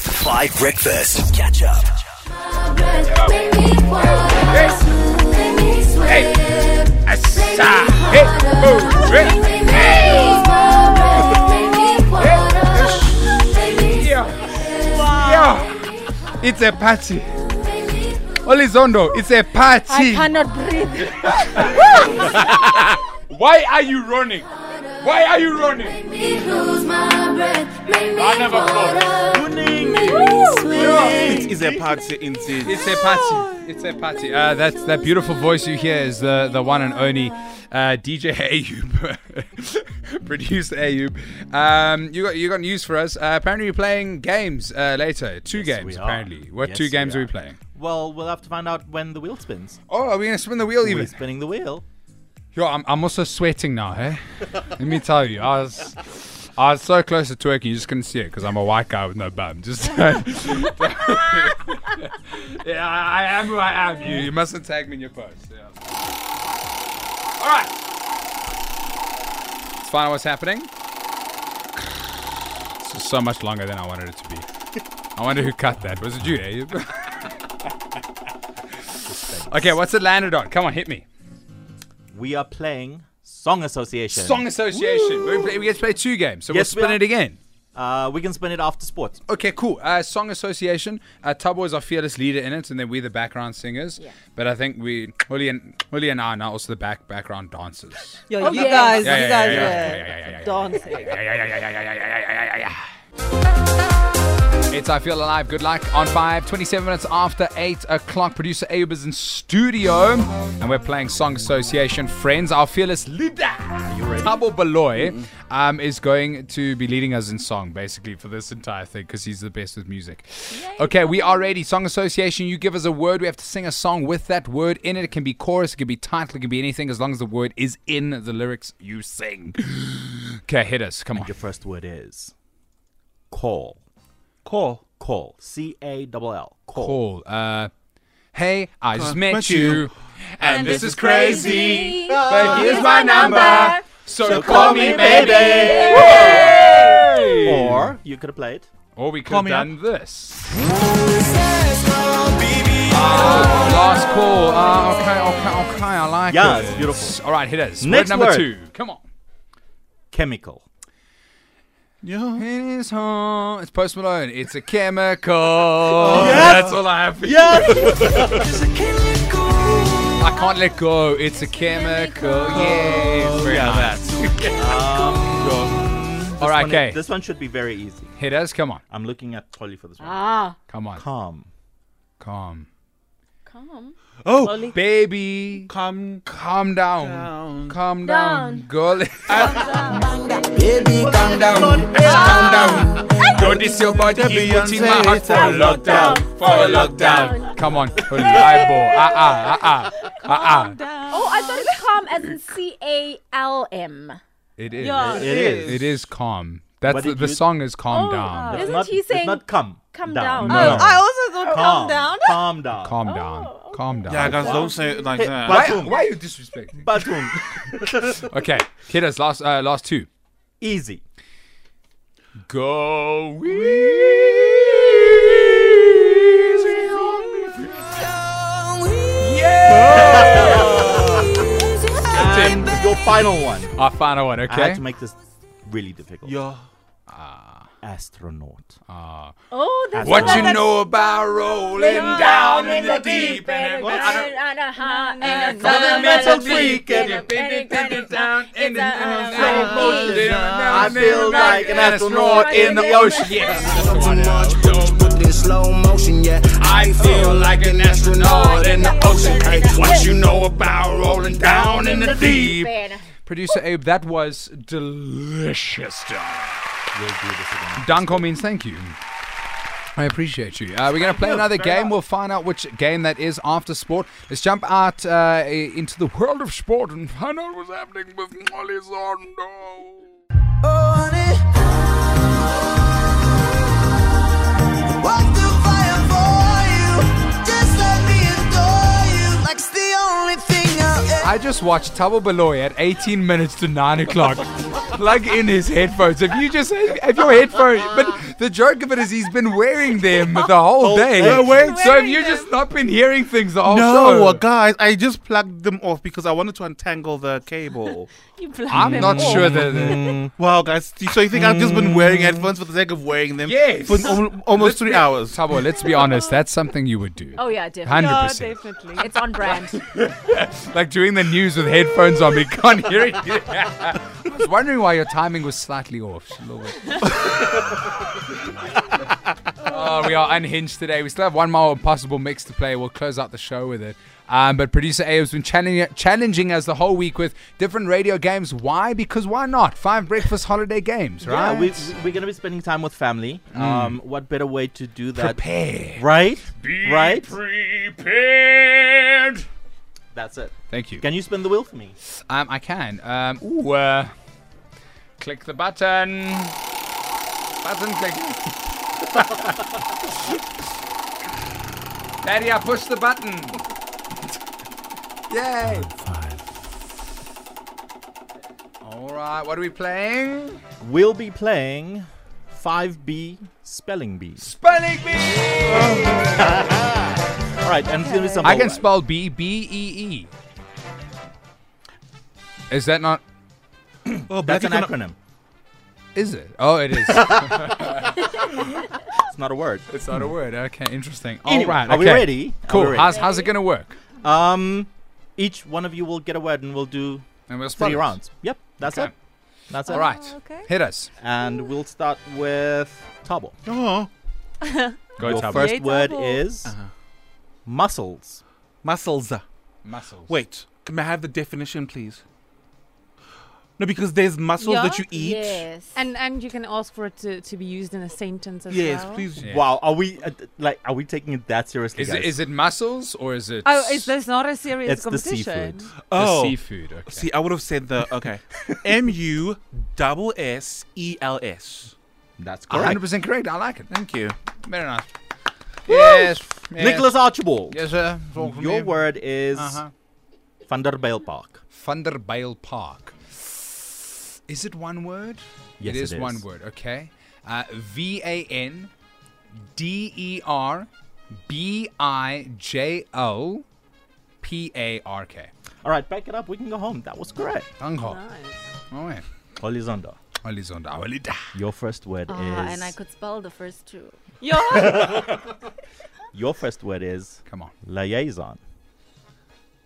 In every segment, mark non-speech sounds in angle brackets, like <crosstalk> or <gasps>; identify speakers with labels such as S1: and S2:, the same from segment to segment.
S1: Five Breakfast. Catch up.
S2: It's a party. Olizondo, it's a
S3: I
S2: party.
S3: cannot breathe.
S4: Why are you running? Why are you running? I never thought.
S5: It is a party indeed.
S2: It's a party. It's a party. Uh, that's that beautiful voice you hear is the the one and only uh, DJ <laughs> Ayub, producer Ayub. Um, you got you got news for us. Uh, apparently, you're playing games uh, later. Two games
S5: we are.
S2: apparently. What
S5: Yes,
S2: two
S5: we
S2: games are. we
S5: are.
S2: playing?
S5: Well, we'll have to find out when the wheel spins.
S2: Oh, are we gonna spin the wheel
S5: We're
S2: even?
S5: spinning the wheel.
S2: Yo, I'm, I'm also sweating now, hey? Let me tell you, I was I was so close to twerking, you just couldn't see it because I'm a white guy with no bum. Just <laughs> yeah, I I am who I am. You, you mustn't tag me in your post. Yeah. All right, let's find out what's happening. This is so much longer than I wanted it to be. I wonder who cut that. Was it you, eh? Abe? <laughs> okay, what's it landed on? Come on, hit me.
S5: We are playing Song Association.
S2: Song Association. We, play, we get to play two games, so
S5: Yes, we
S2: we'll spin
S5: are.
S2: it again.
S5: Uh, we can spin it after sports.
S2: Okay, cool. Uh, Song Association. Uh, Tabo is our fearless leader in it, and then we're the background singers.
S3: Yeah.
S2: But I think we, Willie and, Willie and I are now also the back background dancers.
S6: Yo, you
S3: yeah.
S6: guys,
S2: Yeah,
S6: you
S2: yeah, yeah,
S6: guys were
S2: yeah, yeah, yeah, yeah, yeah.
S6: dancing.
S2: It's I Feel Alive, good luck on 5, 27 minutes after 8 o'clock. Producer Ayub is in studio, and we're playing Song Association Friends. Our fearless leader, Tabo Baloy, um, is going to be leading us in song basically for this entire thing because he's the best with music. Okay, we are ready. Song Association, you give us a word. We have to sing a song with that word in it. It can be chorus, it can be title, it can be anything as long as the word is in the lyrics you sing. <gasps> Okay, hit us. Come on.
S5: Your first word is call. Call. Call. C A double L. Call.
S2: Paul. Uh, hey, I just met,
S5: met
S2: you,
S5: you.
S2: and this is crazy. But here's
S3: Here's
S2: my
S3: my
S2: number,
S3: number.
S2: so,
S5: Call me baby.
S2: Or,
S5: Or you could have played.
S2: or we could
S6: Call
S2: have
S6: me
S2: done this. Oh, last call. Uh, okay, okay, okay. I like
S5: Yeah,
S2: it.
S5: it's beautiful.
S2: All right, hit us.
S5: Next
S2: word number
S5: word.
S2: two. Come on.
S5: Chemical.
S2: It is home. It's Post Malone. It's a chemical. Oh, That's all I have for you. I can't let go. It's a chemical. Yeah. Very nice. Um, All right,
S5: One-
S2: okay.
S5: This one should be very easy.
S2: Hit us. Come on.
S5: I'm looking at Polly for this one.
S3: Ah,
S2: Come on.
S5: Calm.
S2: Calm.
S3: come.
S6: Slowly.
S2: Oh, Baby.
S4: Come
S2: Calm down.
S4: Down.
S2: Calm down.
S3: Down.
S2: Girl. <laughs>
S7: Baby, calm down, calm down.
S2: Don't diss your body. You're putting my heart for a
S4: lockdown, for a lockdown.
S2: Come on. Holy eyeball. Ah, ah, ah, ah. Ah, ah.
S3: Oh, I thought it's calm as in C A L M.
S2: It is.
S3: Yeah.
S5: It is.
S2: It is calm. That's
S5: What
S2: the,
S5: did
S2: the
S5: you-
S2: song is calm
S3: Oh,
S2: down.
S3: uh,
S5: It's
S3: Isn't
S5: not,
S3: he
S5: it's
S3: saying
S5: not come.
S3: come down?
S2: No.
S6: Oh, I also thought
S5: Calm
S6: calm down.
S5: Calm down.
S2: Calm down. Calm down.
S4: Yeah, guys, don't say it like that.
S5: but-
S2: why, why are you disrespecting?
S5: Batum.
S2: Okay, hit us last uh, last two.
S5: Easy.
S2: Go easy on me.
S5: And your final one.
S2: Our final one,
S5: I had
S2: okay?
S5: to make this really difficult. Ah.
S4: Yo.
S5: astronaut.
S3: Oh, that's
S2: What
S3: the
S2: you
S3: one
S2: know about rolling down in the deep end? I
S3: that's-
S2: don't-
S3: And a high and a
S5: Fundamental
S3: fundamental
S5: freak
S3: freak and
S5: and a
S3: a big, big, big down in
S2: And
S3: the-
S2: the-
S3: and a
S2: and the-
S3: high
S2: and the-
S5: I feel like an astronaut
S3: in the ocean.
S2: Yes.
S7: In slow motion, yeah. I feel like an astronaut in the ocean. Hey, what you know about rolling down in the deep?
S3: end.
S2: Producer Abe, that was delicious.
S5: We'll do this again.
S2: Danko means thank you. I appreciate you. Uh, we're going to play another game. We'll find out which game that is after sport. Let's jump out uh, into the world of sport and find out what's happening with Olizondo. I just watched Tabo Baloy at 18 minutes to 9 o'clock plug in his headphones. If you just have your headphones, but The joke of it is he's been wearing them the whole day.
S6: day. Oh, Wearing
S2: So have you just not been hearing things the whole <laughs>
S6: No,
S2: show?
S6: well, guys, I just plugged them off because I wanted to untangle the cable.
S3: You Oh. blow
S2: I'm
S3: them
S2: not
S3: all.
S2: sure that.
S6: wow, guys, so you think I've just been wearing headphones for the sake of wearing them?
S2: Yes.
S6: For al- almost three hours.
S2: Tabo, let's be honest. That's something you would do.
S3: Oh yeah, definitely.
S2: Hundred
S4: Yeah,
S2: percent.
S4: definitely.
S3: It's on
S2: <laughs>
S3: brand.
S2: Like doing the news with headphones on, we can't hear it. <laughs> I was wondering why your timing was slightly off. Just a little bit. <laughs> oh, we are unhinged today. We still have one more possible mix to play. We'll close out the show with it. Um, but producer A has been challenging, challenging us the whole week with different radio games. Why? Because why not? Five breakfast holiday games, right? Mm.
S5: Yeah, we, we- we're gonna be spending time with family. Um, what better way to do that?
S2: Prepare.
S5: Right, right.
S2: Prepared.
S5: That's it.
S2: Thank you.
S5: Can you spin the wheel for me?
S2: Um, I can. Um, ooh, uh, click the button. Button click. <laughs> Daddy, I push the button. Yay! All right, what are we playing?
S5: We'll be playing 5B spelling bees.
S2: Spelling bee.
S5: All right, and it's gonna be some.
S2: I can
S5: homework.
S2: spell B B E E. Is that not?
S6: Oh,
S5: That's
S6: Blackie
S5: an
S6: cannot-
S5: acronym.
S2: Is it? Oh, it is.
S5: It's not a word.
S2: <laughs> it's not a word. Okay, interesting. All
S5: Anyway,
S2: right.
S5: are we
S2: okay.
S5: ready? Are we
S2: Cool.
S5: ready?
S2: How's, how's it gonna work?
S5: Um, each one of you will get a word, and we'll do
S2: And we'll spell
S5: three
S2: it.
S5: rounds. Yep, that's
S2: Okay.
S5: it. That's it.
S2: All right.
S4: Oh, okay.
S2: Hit us.
S5: and we'll start with Tabo.
S6: Oh,
S2: Go
S5: Your
S2: Tabo.
S5: first
S4: Yay,
S5: word
S4: Thabo.
S5: is
S2: Uh-huh.
S5: muscles.
S6: muscles.
S2: Muscles.
S6: Wait, can I have the definition, please? No, because there's muscles
S4: Yeah?
S6: that you eat.
S3: Yes.
S4: And and you can ask for it to, to be used in a sentence as
S6: Yes,
S4: well.
S6: please.
S2: Yeah.
S5: Wow, are we uh, d- like are we taking it that seriously?
S2: Is
S5: guys?
S2: it, is it muscles or is it?
S4: Oh, is this not a serious
S5: It's the
S4: competition?
S5: seafood.
S2: the
S6: Oh,
S2: seafood? Okay.
S6: see, I would have said the okay. M U double S E L S.
S5: That's correct.
S2: 100 percent correct. I like it.
S6: Thank you.
S2: Very nice. Yes. yes.
S5: Nicholas Archibald.
S2: Yes, sir. Talk to
S5: Your
S2: me.
S5: word is
S2: Uh-huh.
S5: Vanderbilt Park.
S2: Thunderbale Park. Is it one word?
S5: Yes,
S2: it
S5: it
S2: is, one
S5: is.
S2: word. Okay. Uh, v A N D E R B I J O P A R K.
S5: All right, back it up. We can go home. That was correct.
S2: Tangho.
S4: Nice.
S2: Oh, yeah.
S5: Olizondo.
S2: Alizonda, Awalida.
S5: Your first word
S3: Ah,
S5: is.
S3: and I could spell the first two.
S4: Yeah.
S5: Your first word is
S2: Come on.
S5: liaison.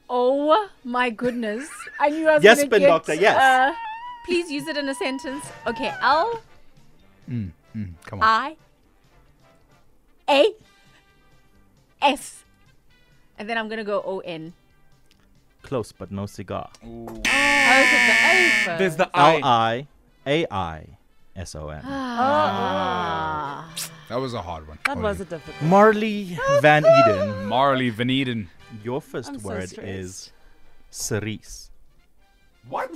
S3: Oh my goodness! I knew I was
S5: Yes,
S3: gonna
S5: Spin
S3: get,
S5: Doctor, yes.
S3: Uh, please use it in a sentence. Okay, L
S2: Come on.
S3: I A S, and then I'm gonna go O N.
S5: Close but no cigar.
S3: Oh,
S4: How is it the A
S6: There's
S4: first?
S6: the
S5: L
S6: I.
S5: I A I S O N.
S2: That was a hard one.
S4: That was a difficult.
S5: Marley Van Eden.
S2: Marley Van Eden.
S5: Your 1st
S4: I'm so
S5: word
S4: stressed.
S5: is cerise.
S2: What?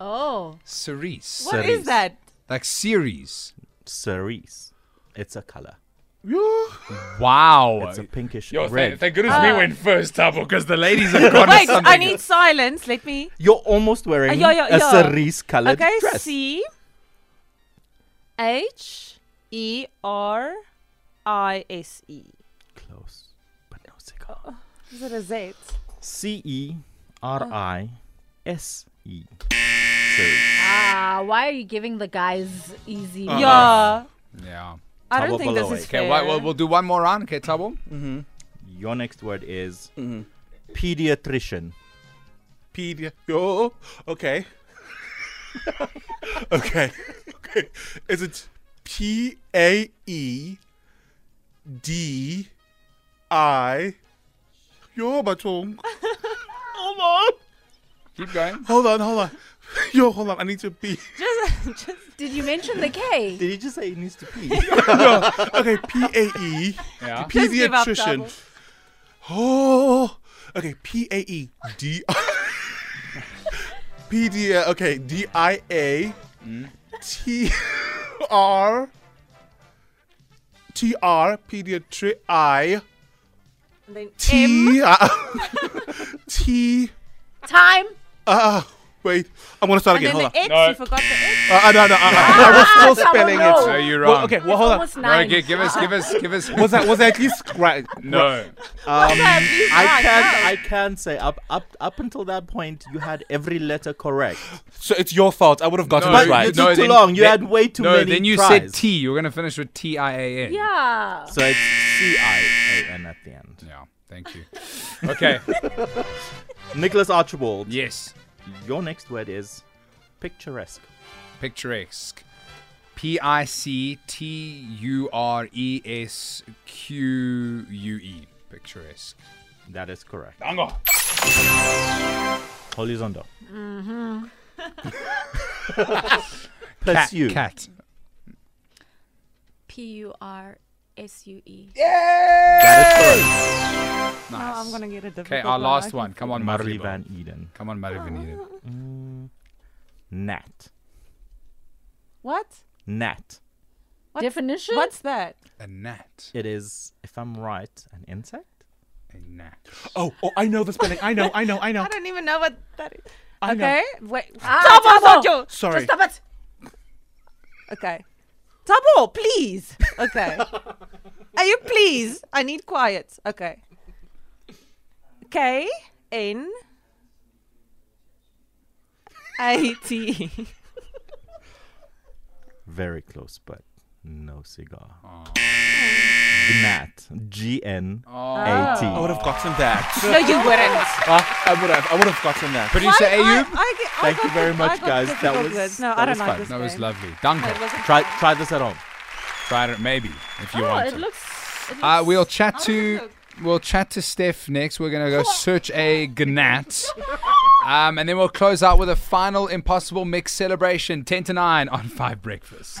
S3: Oh,
S2: Cerise.
S4: What
S5: Cerise.
S4: is that?
S2: Like series.
S5: Cerise. It's a color.
S2: Wow.
S5: It's a pinkish
S2: Yo,
S5: red.
S2: thank, thank goodness me went first, Tabo, because the ladies have gone
S4: Wait,
S2: to something.
S4: I need silence. Let me.
S5: You're almost wearing
S4: Uh, yeah, yeah,
S5: a
S4: yeah.
S5: cerise colored
S4: Okay,
S5: dress.
S4: C H E R I S E.
S5: Close but no cigar.
S4: Oh. Is it a Z?
S5: C E R I S E. Cerise.
S3: ah, why are you giving the guys easy?
S4: Yeah.
S6: Uh-huh.
S2: yeah.
S4: I
S5: Tabo
S4: don't think this
S5: Baloyi.
S4: is
S2: Okay,
S4: fair.
S2: why, well, we'll do one more round, okay, Tabo?
S5: Your next word is
S2: Mm-hmm.
S5: pediatrician.
S6: Pedia. Yo. Oh, Okay. <laughs> okay. Okay. Is it P A E D I? Yo, my tongue. hold on.
S2: Keep going.
S6: Hold on. Hold on. <laughs> Yo, hold on. I need to pee.
S4: Just, just
S3: Did you mention the <laughs> K?
S5: Did he just say he needs
S4: <laughs>
S5: to pee?
S6: Okay. P A E.
S2: Yeah.
S4: Just give up,
S6: Pediatrician.
S4: Double.
S6: Oh. Okay. P A E D I. <laughs> Pedia. Okay. D I A T R T R pediatri I
S4: and then M.
S6: <laughs> T I- T
S3: Time.
S6: uh Wait, I'm gonna start
S8: And
S6: again.
S8: then
S6: Hold
S8: the
S6: on.
S8: X,
S2: No.
S8: you forgot the X.
S6: Uh, uh, no, no, uh, uh, I was still
S3: Someone
S6: spelling
S3: roll.
S6: it.
S2: No, you're
S6: Oh. Well,
S2: wrong.
S6: okay, well, hold on.
S3: Almost
S2: No,
S3: nine.
S2: gi- give us, give us, give us. <laughs>
S6: Was that was that at least right?
S2: No.
S5: Um, I
S8: right,
S5: can
S8: no.
S5: I can say up up up until that point you had every letter correct.
S6: So it's your fault. I would have gotten
S2: No,
S6: it
S5: you
S6: right.
S5: took too long. You had way too
S2: no,
S5: many
S2: then you
S5: tries.
S2: said T. You were gonna finish with T I A N.
S3: Yeah.
S5: So it's C I A N at the end.
S2: Yeah. Thank you. Okay. <laughs>
S5: Nicholas Archibald.
S2: yes.
S5: Your next word is picturesque.
S2: Picturesque. P I C T U R E S Q U E. Picturesque.
S5: That is correct.
S2: Dango.
S5: Horizontal. Mm-hmm.
S2: <laughs>
S5: Plus you.
S2: Cat.
S8: Oh,
S3: P U R S U E.
S8: Now I'm gonna get a difficult
S2: Okay, our
S8: one.
S2: last one. Come on,
S5: Marie
S2: Marivan.
S5: Van Eden.
S2: Come on, Marivan.
S5: Nat.
S8: What?
S5: Nat.
S3: Definition?
S8: What's that?
S2: A gnat.
S5: It is, if I'm right, an insect?
S2: A gnat.
S6: Oh, oh, I know the spelling. I know, I know, I
S8: <laughs>
S6: know.
S8: I don't even know what that is.
S6: I know.
S8: okay, wait.
S3: Ah,
S8: Double,
S3: double.
S8: Sojo.
S6: Sorry.
S3: Stop it.
S8: Okay. Double, please. Okay. Are you please? I need quiet. Okay. K N A T. E.
S5: Very close, but no cigar. Gnat. G N A T.
S6: I would have gotten that.
S2: <laughs>
S8: No, you wouldn't.
S6: Ah, I would have. I would have gotten that.
S2: Producer
S8: I-
S2: Ayub.
S8: I get- I
S5: Thank you
S8: got
S5: very
S8: the-
S5: much,
S8: I got
S5: guys.
S8: the
S5: That
S8: difficult
S5: was-
S8: words. No,
S5: that
S8: I don't
S5: was
S8: like
S5: fun.
S8: this.
S2: That was
S8: game.
S2: lovely. Dango.
S8: It wasn't-
S5: Try, try this at home.
S2: Try it maybe if you
S3: Oh,
S2: want.
S3: it
S2: to.
S3: looks. It
S2: Uh,
S3: looks
S2: we'll chat
S8: How does it
S2: to
S8: look?
S2: we'll chat to Steph next. We're gonna go search a
S3: <laughs>
S2: gnat, um, and then we'll close out with a final impossible mix celebration, ten to nine on Five Breakfast.